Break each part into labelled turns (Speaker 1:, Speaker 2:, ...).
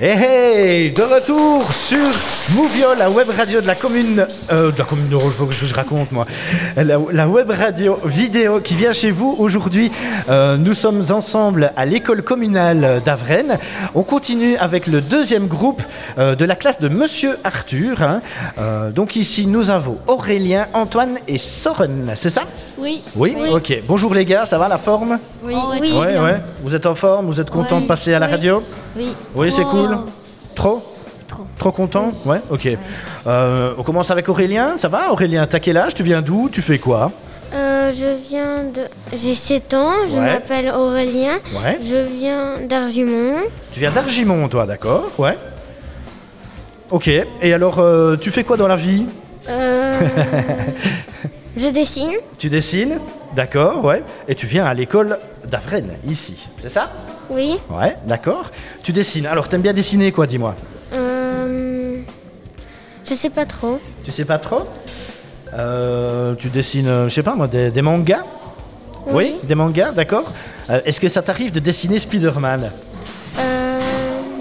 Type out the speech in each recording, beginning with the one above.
Speaker 1: Hey, Eh, hey De retour sur Mouviol, la web radio de la commune. euh, de la commune de Roche, faut que je, je raconte moi. La, la web radio vidéo qui vient chez vous aujourd'hui. Euh, nous sommes ensemble à l'école communale d'Avrennes. On continue avec le deuxième groupe euh, de la classe de Monsieur Arthur. hein. Euh, donc ici nous avons Aurélien, Antoine et Soren, c'est ça
Speaker 2: Oui.
Speaker 1: oui, Ok. Bonjour les gars, ça va la forme
Speaker 2: Oui.
Speaker 3: Oui.
Speaker 1: Oh, Ouais,
Speaker 3: bien.
Speaker 1: ouais. Vous êtes en forme Vous êtes content
Speaker 2: Oui.
Speaker 1: de passer à la
Speaker 2: Oui.
Speaker 1: radio
Speaker 2: Oui.
Speaker 1: Oui, c'est
Speaker 3: Oh.
Speaker 2: Trop.
Speaker 1: cool. Trop
Speaker 2: Trop.
Speaker 1: content Ouais, ok. Euh, on commence avec Aurélien, ça va Aurélien, t'as quel âge Tu viens d'où Tu fais quoi
Speaker 3: Euh, je viens de. J'ai 7 ans, je
Speaker 1: Ouais.
Speaker 3: m'appelle Aurélien.
Speaker 1: Ouais.
Speaker 3: Je viens d'Argimont.
Speaker 1: Tu viens d'Argimon, toi, d'accord Ouais. Ok, et alors, euh, tu fais quoi dans la vie
Speaker 3: Euh, je dessine.
Speaker 1: Tu dessines D'accord, ouais. Et tu viens à l'école d'Avrennes, ici, c'est ça
Speaker 3: Oui.
Speaker 1: Ouais, d'accord. Tu dessines. Alors, t'aimes bien dessiner, quoi, dis-moi
Speaker 3: Euh, je sais pas trop.
Speaker 1: Tu sais pas trop Euh, Tu dessines, euh, je sais pas moi, des, des mangas
Speaker 3: Oui.
Speaker 1: des mangas, d'accord. Euh, Est-ce que ça t'arrive de dessiner Spider-Man
Speaker 3: Euh,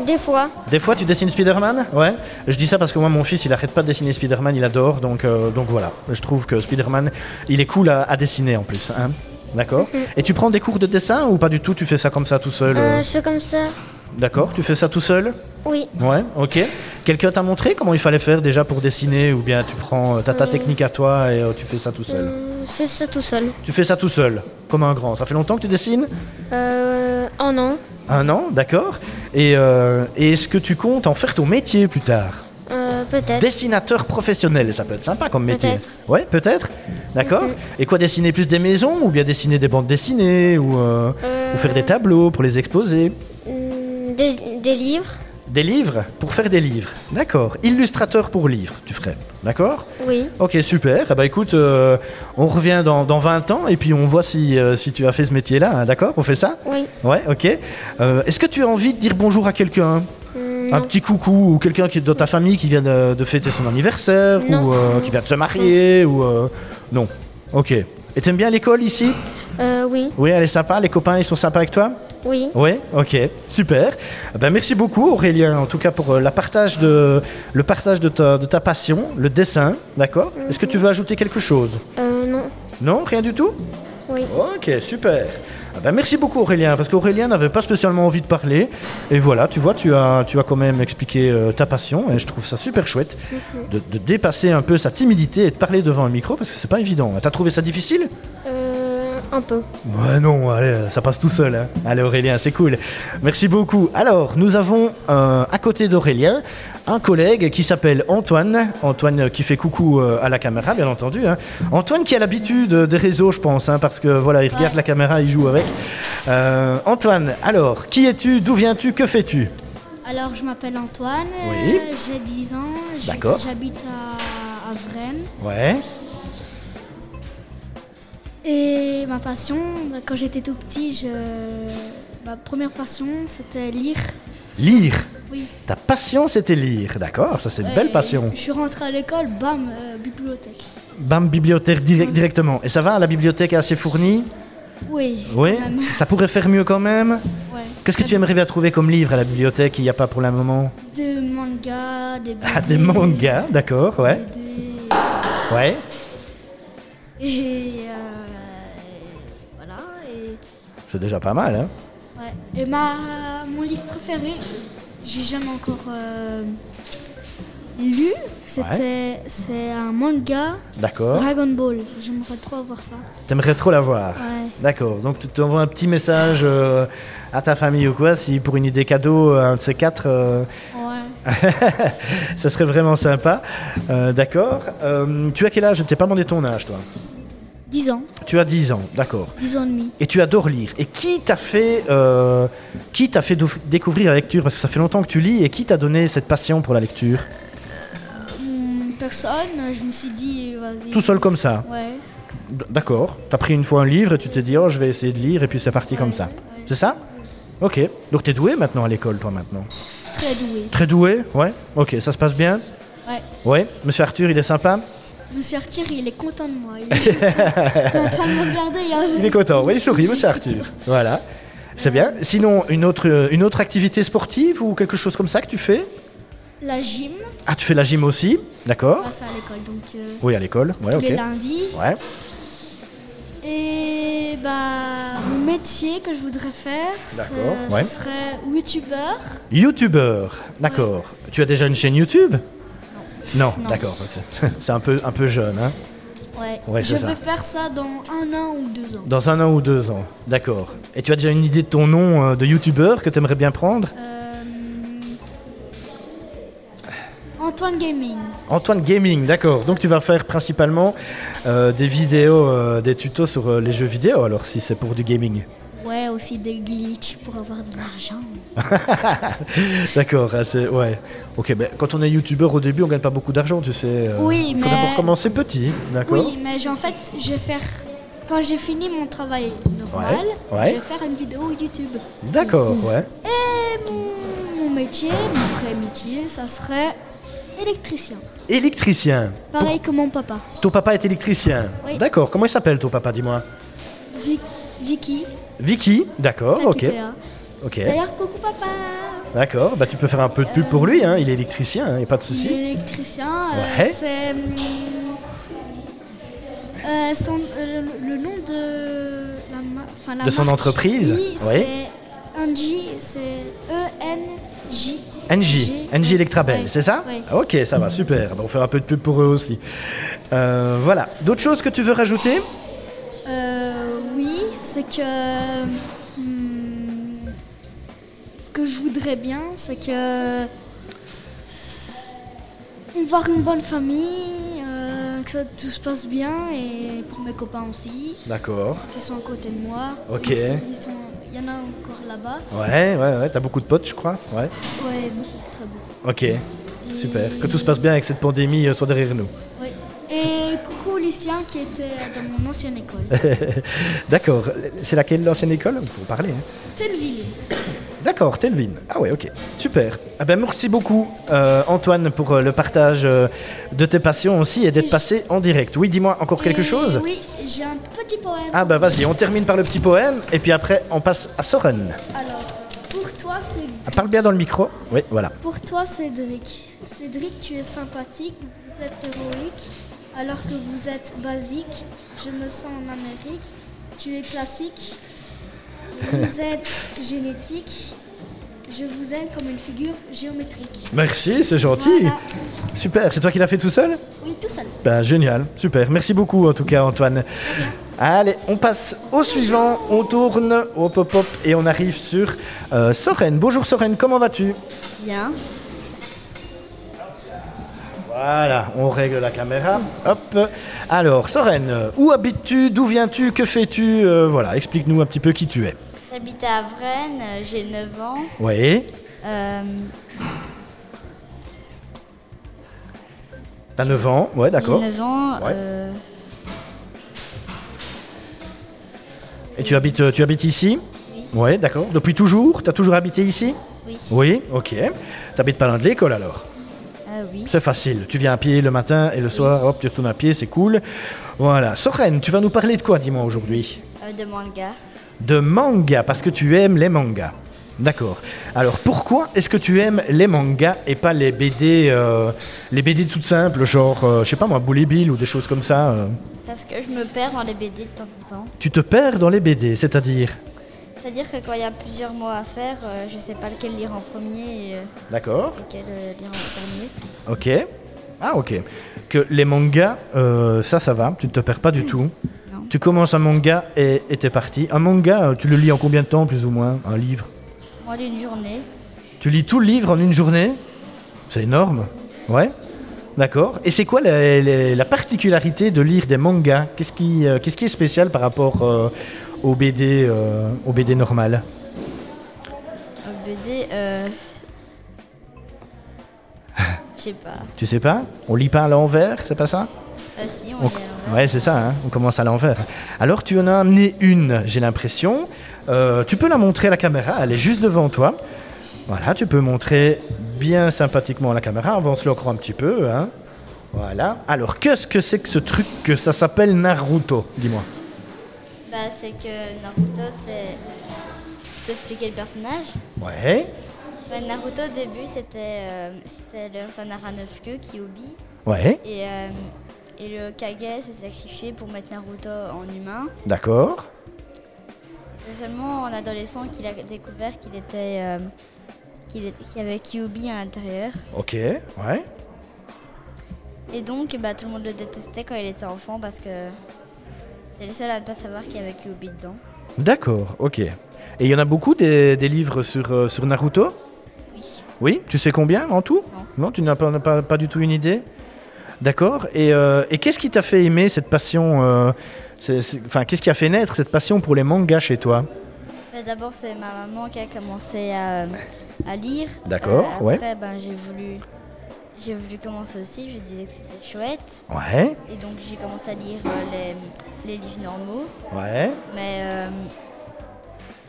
Speaker 3: des fois.
Speaker 1: Des fois, tu dessines Spider-Man Ouais. Je dis ça parce que moi, mon fils, il arrête pas de dessiner Spider-Man, il adore. Donc, euh, donc voilà. Je trouve que Spider-Man, il est cool à, à dessiner en plus. hein. D'accord Et tu prends des cours de dessin ou pas du tout Tu fais ça comme ça tout seul euh
Speaker 3: Mhm. Euh, je fais comme ça.
Speaker 1: D'accord Tu fais ça tout seul
Speaker 3: Oui.
Speaker 1: Ouais, ok. Quelqu'un t'a montré comment il fallait faire déjà pour dessiner ou bien tu prends euh, t'as ta technique à toi et euh, tu fais ça tout seul
Speaker 3: Euh, Je fais ça tout seul.
Speaker 1: Tu fais ça tout seul, comme un grand. Ça fait longtemps que tu dessines
Speaker 3: Euh, un an.
Speaker 1: Un an, d'accord. Et, euh, et est-ce que tu comptes en faire ton métier plus tard
Speaker 3: Euh, peut-être.
Speaker 1: Dessinateur professionnel, ça peut être sympa comme métier.
Speaker 3: Peut-être. Mhm.
Speaker 1: Ouais, peut-être. D'accord. Et quoi, dessiner plus des maisons ou bien dessiner des bandes dessinées ou, euh,
Speaker 3: Euh.
Speaker 1: ou faire des tableaux pour les exposer
Speaker 3: Mm, Des, des livres.
Speaker 1: Des livres Pour faire des livres. D'accord. Illustrateur pour livres, tu ferais. D'accord
Speaker 3: Oui.
Speaker 1: Ok, super. Eh ben, écoute, euh, on revient dans, dans 20 ans et puis on voit si, euh, si tu as fait ce métier-là. hein, D'accord On fait ça
Speaker 3: Oui.
Speaker 1: Ouais, ok. Euh, Est-ce que tu as envie de dire bonjour à quelqu'un
Speaker 3: Mm,
Speaker 1: Un petit coucou ou quelqu'un qui est de ta famille qui vient de, de fêter son anniversaire
Speaker 3: Non.
Speaker 1: ou euh, qui vient de se marier ou euh, non. Ok. Et t'aimes bien l'école ici
Speaker 3: euh, oui.
Speaker 1: Oui, elle est sympa. Les copains ils sont sympas avec toi
Speaker 3: Oui.
Speaker 1: Oui. Ok. Super. Ben merci beaucoup Aurélien en tout cas pour euh, la partage de le partage de ta, de ta passion, le dessin, d'accord Est-ce que tu veux ajouter quelque chose
Speaker 3: Euh, non.
Speaker 1: Non, rien du tout.
Speaker 3: Oui.
Speaker 1: Ok, super. Ah ben, merci beaucoup Aurélien, parce qu'Aurélien n'avait pas spécialement envie de parler. Et voilà, tu vois, tu as, tu as quand même expliqué euh, ta passion, et je trouve ça super chouette de, de dépasser un peu sa timidité et de parler devant un micro, parce que c'est pas évident. T'as trouvé ça difficile
Speaker 3: Euh, un peu.
Speaker 1: Ouais, non, allez, euh, ça passe tout seul. hein. Allez Aurélien, c'est cool. Merci beaucoup. Alors, nous avons euh, à côté d'Aurélien un collègue qui s'appelle Antoine. Antoine euh, qui fait coucou euh, à la caméra, bien entendu. hein. Antoine qui a l'habitude euh, des réseaux, je pense, hein, parce que voilà, il regarde la caméra, il joue avec. Euh, Antoine, alors, qui es-tu D'où viens-tu Que fais-tu
Speaker 2: Alors, je m'appelle Antoine.
Speaker 1: Oui.
Speaker 2: euh, J'ai 10 ans. je-
Speaker 1: D'accord.
Speaker 2: J'habite à, à Vraine.
Speaker 1: Ouais.
Speaker 2: Et ma passion, bah, quand j'étais tout petit, je... ma première passion, c'était lire.
Speaker 1: Lire.
Speaker 2: Oui.
Speaker 1: Ta passion, c'était lire. D'accord, ça c'est une belle
Speaker 2: Et
Speaker 1: passion.
Speaker 2: Je suis rentrée à l'école, bam, euh, bibliothèque.
Speaker 1: Bam, bibliothèque direct- directement. Et ça va, la bibliothèque est assez fournie
Speaker 2: Oui.
Speaker 1: Oui.
Speaker 2: quand même.
Speaker 1: Ça pourrait faire mieux quand même
Speaker 2: Ouais.
Speaker 1: Qu'est-ce que tu aimerais bien trouver comme livre à la bibliothèque qu'il n'y a pas pour le moment
Speaker 2: Des mangas, des
Speaker 1: Ah,
Speaker 2: BD,
Speaker 1: des mangas, d'accord, ouais.
Speaker 2: des-
Speaker 1: Ouais.
Speaker 2: Et euh, voilà. Et,
Speaker 1: C'est déjà pas mal, hein
Speaker 2: ouais. et ma, mon livre préféré, j'ai jamais encore euh, lu, c'était c'est un manga
Speaker 1: D'accord.
Speaker 2: Dragon Ball. J'aimerais trop avoir ça.
Speaker 1: T'aimerais trop l'avoir.
Speaker 2: Ouais.
Speaker 1: D'accord. Donc tu t'envoies un petit message euh, à ta famille ou quoi, si pour une idée cadeau, un de ces quatre, euh,
Speaker 2: Ouais.
Speaker 1: ça serait vraiment sympa. Euh, d'accord. Euh, tu as quel âge Je t'ai pas demandé ton âge, toi.
Speaker 2: 10 ans,
Speaker 1: Tu as 10 ans, d'accord.
Speaker 2: 10 ans et demi.
Speaker 1: Et tu adores lire. Et qui t'a fait, euh, qui t'a fait douf- découvrir la lecture Parce que ça fait longtemps que tu lis. Et qui t'a donné cette passion pour la lecture
Speaker 2: Hum, Personne, je me suis dit, vas-y.
Speaker 1: Tout seul comme ça
Speaker 2: Ouais.
Speaker 1: D- D'accord. T'as pris une fois un livre et tu t'es dit, oh, je vais essayer de lire, et puis c'est parti comme ça. C'est ça Ok. Donc t'es doué maintenant à l'école, toi, maintenant
Speaker 2: Très doué.
Speaker 1: Très doué Ouais. Ok, ça se passe bien
Speaker 2: Ouais.
Speaker 1: Ouais. Monsieur Arthur, il est sympa
Speaker 2: Monsieur Arthur, il est content de moi. Il est, il est en train de me regarder.
Speaker 1: Il est content. Oui, il sourit, monsieur Arthur. Voilà. C'est bien. Sinon, une autre, euh, une autre activité sportive ou quelque chose comme ça que tu fais
Speaker 2: La gym,
Speaker 1: Ah, tu fais la gym aussi D'accord.
Speaker 2: là c'est à l'école, donc euh,
Speaker 1: Oui, à l'école. Ouais,
Speaker 2: tous
Speaker 1: ok.
Speaker 2: les lundis.
Speaker 1: Ouais.
Speaker 2: Et bah, mon métier que je voudrais faire, c'est-
Speaker 1: D'accord, ouais.
Speaker 2: ce serait youtubeur.
Speaker 1: YouTubeur, d'accord. Tu as déjà une chaîne YouTube Non,
Speaker 2: Non.
Speaker 1: d'accord. C'est- C'est un peu, un peu jeune. Hein
Speaker 2: Ouais.
Speaker 1: Ouais,
Speaker 2: je
Speaker 1: c'est ça.
Speaker 2: veux faire ça dans un an ou deux ans.
Speaker 1: Dans un an ou deux ans, d'accord. Et tu as déjà une idée de ton nom euh, de YouTubeur que tu aimerais bien prendre
Speaker 2: Euh, Antoine Gaming.
Speaker 1: Antoine Gaming, d'accord. Donc tu vas faire principalement euh, des vidéos, euh, des tutos sur euh, les jeux vidéo, alors si c'est pour du gaming.
Speaker 2: Ouais, aussi des glitches pour avoir de l'argent.
Speaker 1: D'accord, ah, c'est... Ouais. Ok, ben, quand on est YouTubeur au début, on gagne pas beaucoup d'argent, tu sais. euh,
Speaker 2: Oui,
Speaker 1: faut
Speaker 2: mais-
Speaker 1: d'abord commencer petit, d'accord
Speaker 2: Oui, mais j'ai- en fait, je vais faire. Quand j'ai fini mon travail normal,
Speaker 1: Ouais, ouais.
Speaker 2: je vais faire une vidéo YouTube.
Speaker 1: D'accord, ouais.
Speaker 2: Et mon, mon métier, mon vrai métier, ça serait électricien.
Speaker 1: Électricien.
Speaker 2: Pareil que mon papa.
Speaker 1: Ton papa est électricien.
Speaker 2: Oui.
Speaker 1: D'accord. Comment il s'appelle ton papa, dis-moi
Speaker 2: Vic- Vicky.
Speaker 1: Vicky. D'accord, Oh, ok.
Speaker 2: Takutea.
Speaker 1: Ok.
Speaker 2: hein. D'ailleurs, coucou papa
Speaker 1: D'accord. Bah, tu peux faire un peu de pub pour lui, hein. il est électricien, il n'y a pas de
Speaker 2: Il
Speaker 1: souci.
Speaker 2: est électricien, euh,
Speaker 1: Ouais.
Speaker 2: c'est... hum, euh, son- euh, le le nom de la, ma- enfin, la
Speaker 1: De son
Speaker 2: marque,
Speaker 1: entreprise,
Speaker 2: oui,
Speaker 1: oui.
Speaker 2: c'est Engie, c'est E E-N-J.
Speaker 1: Angie, Angie Electrabel,
Speaker 2: Ouais,
Speaker 1: c'est ça Ah
Speaker 2: ouais.
Speaker 1: Ok, ça va, super. Bah, on fait un peu de pub pour eux aussi. Euh, voilà. D'autres choses que tu veux rajouter
Speaker 2: Euh, oui, c'est que... hum, ce que je voudrais bien, c'est que... Voir une bonne famille, euh, que ça, tout se passe bien, et pour mes copains aussi,
Speaker 1: D'accord.
Speaker 2: qui sont à côté de moi.
Speaker 1: Ok.
Speaker 2: Ils sont- ils sont- Il y en a encore là-bas.
Speaker 1: Ouais, ouais, ouais. T'as beaucoup de potes, je crois. Ouais.
Speaker 2: Ouais, beaucoup, très beaucoup.
Speaker 1: Ok. Super. Que tout se passe bien avec cette pandémie euh, soit derrière nous.
Speaker 2: Ouais. Et coucou Lucien qui était dans mon ancienne école.
Speaker 1: D'accord. C'est laquelle l'ancienne école Vous parler. Hein.
Speaker 2: Telleville.
Speaker 1: D'accord, Telvin. Ah ouais, ok. Super. Ah ben, merci beaucoup, euh, Antoine, pour euh, le partage euh, de tes passions aussi et d'être
Speaker 2: Et-
Speaker 1: passé en direct. Oui, dis-moi encore quelque
Speaker 2: Et
Speaker 1: chose
Speaker 2: Oui, j'ai un petit poème.
Speaker 1: Ah ben, vas-y, on termine par le petit poème et puis après, on passe à Soren.
Speaker 2: Alors, pour toi, c'est
Speaker 1: Ah, parle bien dans le micro. Oui, voilà.
Speaker 2: Pour toi, Cédric. Cédric, tu es sympathique, vous êtes héroïque, alors que vous êtes basique. Je me sens en Amérique. Tu es classique. Vous êtes génétique. Je vous aime comme une figure géométrique.
Speaker 1: Merci, c'est gentil.
Speaker 2: Voilà.
Speaker 1: Super. C'est toi qui l'as fait tout seul
Speaker 2: Oui, tout seul.
Speaker 1: Ben, génial. Super. Merci beaucoup, en tout cas, Antoine. Allez, on passe au suivant. On tourne, hop, hop, hop, et on arrive sur euh, Soren. Bonjour, Soren. Comment vas-tu
Speaker 4: Bien.
Speaker 1: Voilà, on règle la caméra. Hop. Alors, Soren, euh, où habites-tu D'où viens-tu Que fais-tu Euh, Voilà, explique-nous un petit peu qui tu es.
Speaker 4: J'habite à Avrennes, euh, j'ai 9 ans.
Speaker 1: Oui.
Speaker 4: Euh,
Speaker 1: T'as 9 ans, ouais,
Speaker 4: j'ai
Speaker 1: d'accord.
Speaker 4: 9 ans.
Speaker 1: Ouais.
Speaker 4: euh,
Speaker 1: Et tu habites, euh, tu habites ici
Speaker 4: Oui.
Speaker 1: Ouais, d'accord. Depuis toujours T'as toujours habité ici
Speaker 4: oui.
Speaker 1: Oui, ok. T'habites pas loin de l'école alors
Speaker 4: Ah oui.
Speaker 1: C'est facile. Tu viens à pied le matin et le soir, hop, tu retournes à pied, c'est cool. Voilà. Soren, tu vas nous parler de quoi, dis-moi, aujourd'hui
Speaker 4: Euh, de manga.
Speaker 1: De manga, parce que tu aimes les mangas. D'accord. Alors pourquoi est-ce que tu aimes les mangas et pas les BD, euh, les BD toutes simples, genre, euh, je sais pas moi, Bully Bill ou des choses comme ça euh.
Speaker 4: Parce que je me perds dans les BD de temps en temps.
Speaker 1: Tu te perds dans les BD, c'est-à-dire
Speaker 4: C'est-à-dire que quand il y a plusieurs mois à faire, euh, je sais pas lequel lire en premier et euh,
Speaker 1: D'accord.
Speaker 4: lequel euh, lire en dernier.
Speaker 1: Ok. Ah ok. Que les mangas, euh, ça, ça va, tu ne te perds pas du tout.
Speaker 4: Non.
Speaker 1: Tu commences un manga et et t'es parti. Un manga, euh, tu le lis en combien de temps, plus ou moins Un livre
Speaker 4: Moins d'une journée.
Speaker 1: Tu lis tout le livre en une journée C'est énorme. Ouais D'accord. Et c'est quoi la, la- la particularité de lire des mangas Qu'est-ce qui, euh, qu'est-ce qui est spécial par rapport euh, au BD, euh, au BD normal
Speaker 4: Euh, BD, euh... je sais pas.
Speaker 1: Tu sais pas On lit pas à l'envers, c'est pas ça
Speaker 2: Bah,
Speaker 4: Ah si, on
Speaker 1: On-
Speaker 4: est à l'envers.
Speaker 1: Ouais, c'est ça, hein, on commence à l'envers. Alors tu en as amené une, j'ai l'impression. Euh, tu peux la montrer à la caméra, elle est juste devant toi. Voilà, tu peux montrer bien sympathiquement à la caméra, avance-le encore un petit peu. hein. Voilà. Alors qu'est-ce que c'est que ce truc que ça s'appelle Naruto Dis-moi.
Speaker 4: Bah, c'est que Naruto, c'est
Speaker 2: peux expliquer le personnage.
Speaker 1: Ouais.
Speaker 2: Bah, Naruto, au début, c'était euh, c'était le renard à neuf queues, Kyubi.
Speaker 1: Ouais.
Speaker 2: Et, euh, et le Kage s'est sacrifié pour mettre Naruto en humain.
Speaker 1: D'accord.
Speaker 2: C'est seulement en adolescent qu'il a découvert qu'il était. euh, qu'il est- qu'il y avait Kyubi à l'intérieur.
Speaker 1: Ok. Ouais.
Speaker 2: Et donc, bah, tout le monde le détestait quand il était enfant parce que c'est le seul à ne pas savoir qu'il y avait Kyubi dedans.
Speaker 1: D'accord. Ok. Et il y en a beaucoup des, des livres sur, euh, sur Naruto
Speaker 2: Oui.
Speaker 1: Oui. Tu sais combien en tout
Speaker 2: Non.
Speaker 1: tu n'as pas, pas, pas du tout une idée D'accord. Et, euh, et qu'est-ce qui t'a fait aimer cette passion euh, c'est- c'est- Enfin, qu'est-ce qui a fait naître cette passion pour les mangas chez toi
Speaker 2: Mais Bah, D'abord, c'est ma maman qui a commencé à, à lire.
Speaker 1: D'accord,
Speaker 2: après,
Speaker 1: ouais.
Speaker 2: ben, j'ai voulu, j'ai voulu commencer aussi. Je disais que c'était chouette.
Speaker 1: Ouais.
Speaker 2: Et donc, j'ai commencé à lire euh, les, les livres normaux.
Speaker 1: Ouais.
Speaker 2: Mais euh,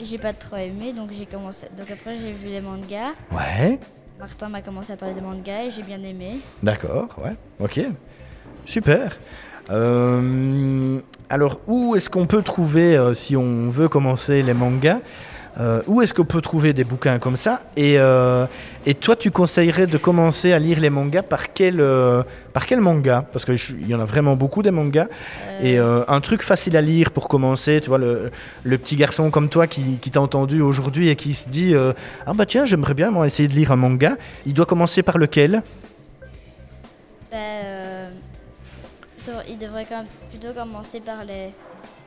Speaker 2: j'ai pas trop aimé. Donc, j'ai commencé. Donc, après, j'ai vu les mangas.
Speaker 1: Ouais.
Speaker 2: Martin m'a commencé à parler de mangas et j'ai bien aimé.
Speaker 1: D'accord, ouais. Ok. Super. Euh, alors, où est-ce qu'on peut trouver, euh, si on veut commencer les mangas, euh, où est-ce qu'on peut trouver des bouquins comme ça et, euh, et toi, tu conseillerais de commencer à lire les mangas par quel, euh, par quel manga Parce qu'il y en a vraiment beaucoup des mangas. Et euh, un truc facile à lire pour commencer, tu vois, le, le petit garçon comme toi qui, qui t'a entendu aujourd'hui et qui se dit euh, Ah bah tiens, j'aimerais bien moi essayer de lire un manga. Il doit commencer par lequel
Speaker 2: Ben, euh, dev- il devrait quand même plutôt commencer par les,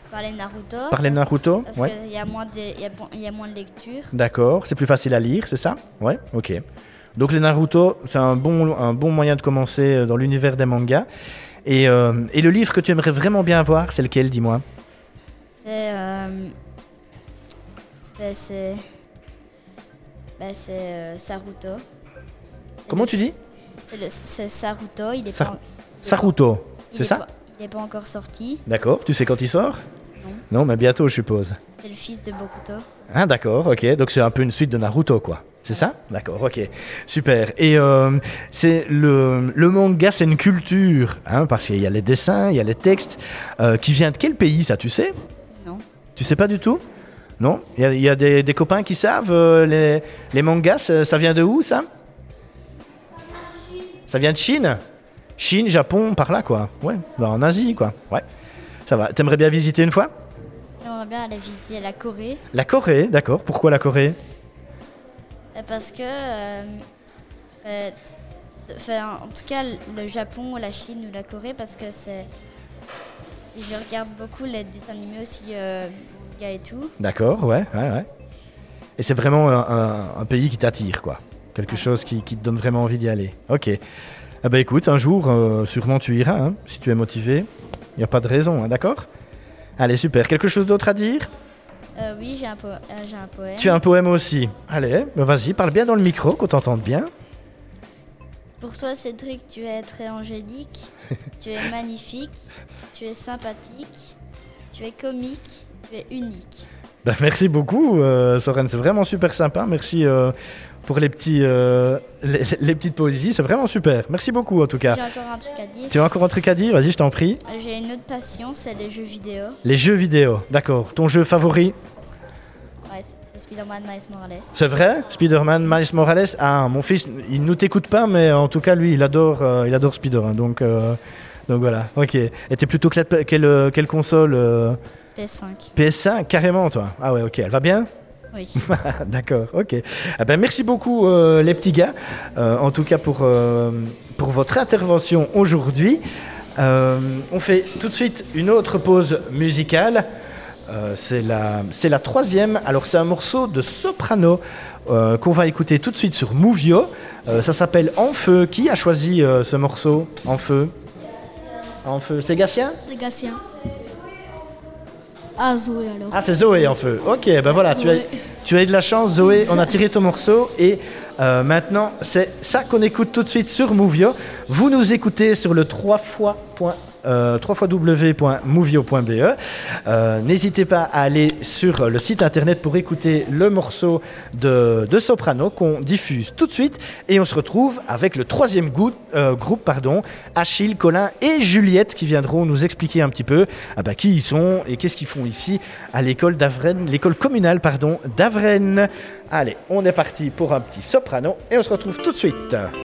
Speaker 2: par les Naruto.
Speaker 1: Par les Naruto
Speaker 2: Parce
Speaker 1: Ouais.
Speaker 2: qu'il y, a moins de- il y, a bon- il y a moins de lecture.
Speaker 1: D'accord, c'est plus facile à lire, c'est ça Ouais, ok. Donc les Naruto, c'est un bon, un bon moyen de commencer euh, dans l'univers des mangas. Et, euh, et le livre que tu aimerais vraiment bien voir, c'est lequel, dis-moi
Speaker 2: C'est. euh, ben, c'est. ben, c'est euh, Saruto. C'est
Speaker 1: Comment
Speaker 2: le-
Speaker 1: tu dis
Speaker 2: C'est le- c'est Saruto, il est
Speaker 1: Sar-
Speaker 2: pas. en- il est
Speaker 1: Saruto,
Speaker 2: pas- il
Speaker 1: c'est
Speaker 2: est
Speaker 1: ça
Speaker 2: pas- Il n'est pas encore sorti.
Speaker 1: D'accord, tu sais quand il sort
Speaker 2: Non.
Speaker 1: Non, mais bientôt, je suppose.
Speaker 2: C'est le fils de Bokuto.
Speaker 1: Ah d'accord, ok. Donc c'est un peu une suite de Naruto, quoi. C'est ça D'accord, ok. Super. Et euh, c'est le, le manga, c'est une culture, hein, parce qu'il y a les dessins, il y a les textes. euh, qui vient de quel pays, ça, tu sais
Speaker 2: Non.
Speaker 1: Tu sais pas du tout Non Il y a, il y a des, des copains qui savent euh, les, les mangas, ça, ça vient de où ça Ça vient de Chine Chine, Japon, par là quoi. Ouais, bah, en Asie quoi. Ouais. Ça va. T'aimerais bien visiter une fois
Speaker 2: J'aimerais bien aller visiter la Corée.
Speaker 1: La Corée, d'accord. Pourquoi la Corée
Speaker 2: Euh, Parce que. euh, euh, de- enfin, en tout cas, le Japon, la Chine ou la Corée, parce que c'est. Je regarde beaucoup les dessins animés aussi, euh, manga et tout.
Speaker 1: D'accord, ouais, ouais, ouais. Et c'est vraiment un, un- un pays qui t'attire, quoi. Quelque chose qui, qui te donne vraiment envie d'y aller. Ok. Ah bah écoute, un jour, euh, sûrement tu iras, hein, si tu es motivé. Il n'y a pas de raison, hein, d'accord Allez, super. Quelque chose d'autre à dire
Speaker 2: Euh, oui, j'ai un, po- euh, j'ai un poème.
Speaker 1: Tu as un poème aussi. Allez, bah vas-y, parle bien dans le micro, qu'on t'entende bien.
Speaker 2: Pour toi, Cédric, tu es très angélique, tu es magnifique, tu es sympathique, tu es comique, tu es unique.
Speaker 1: Bah, merci beaucoup, euh, Soren. C'est vraiment super sympa. Merci euh, pour les, petits, euh, les, les petites poésies. C'est vraiment super. Merci beaucoup, en tout cas.
Speaker 2: J'ai encore un truc à dire.
Speaker 1: Tu as encore un truc à dire Vas-y, je t'en prie.
Speaker 2: Euh, J'ai une autre passion, c'est les jeux vidéo.
Speaker 1: Les jeux vidéo, d'accord. Ton jeu favori
Speaker 2: Ouais, c'est- c'est Spider-Man Miles Morales.
Speaker 1: C'est vrai Spider-Man, Miles Morales Ah, mon fils, il nous t'écoute pas, mais en tout cas, lui, il adore, euh, il adore Spider. hein, donc, euh, donc voilà, ok. Et t'es plutôt cla- quelle, euh, quelle console euh,
Speaker 2: PS5.
Speaker 1: PS5, carrément, toi Ah ouais, ok, elle va bien
Speaker 2: Oui.
Speaker 1: Ah, D'accord, ok. Ah ben, merci beaucoup, euh, les petits gars, euh, en tout cas pour, euh, pour votre intervention aujourd'hui. Euh, on fait tout de suite une autre pause musicale. Euh, c'est la, c'est la troisième. Alors, c'est un morceau de soprano euh, qu'on va écouter tout de suite sur Movio. Euh, ça s'appelle En Feu. Qui a choisi euh, ce morceau En Feu En Feu. C'est Gatien
Speaker 5: C'est Gatien. Ah, Zoé alors.
Speaker 1: Ah, c'est Zoé en feu. Ok, ben voilà, tu as, tu as eu de la chance, Zoé. On a tiré ton morceau et euh, maintenant, c'est ça qu'on écoute tout de suite sur Movio. Vous nous écoutez sur le 3 fois.fr euh, www.movio.be. Euh, N'hésitez pas à aller sur le site internet pour écouter le morceau de, de Soprano qu'on diffuse tout de suite. Et on se retrouve avec le troisième goût- euh, groupe, pardon, Achille, Colin et Juliette qui viendront nous expliquer un petit peu ah bah, qui ils sont et qu'est-ce qu'ils font ici à l'école d'Avrennes, l'école communale pardon d'Avrennes. Allez, on est parti pour un petit soprano et on se retrouve tout de suite.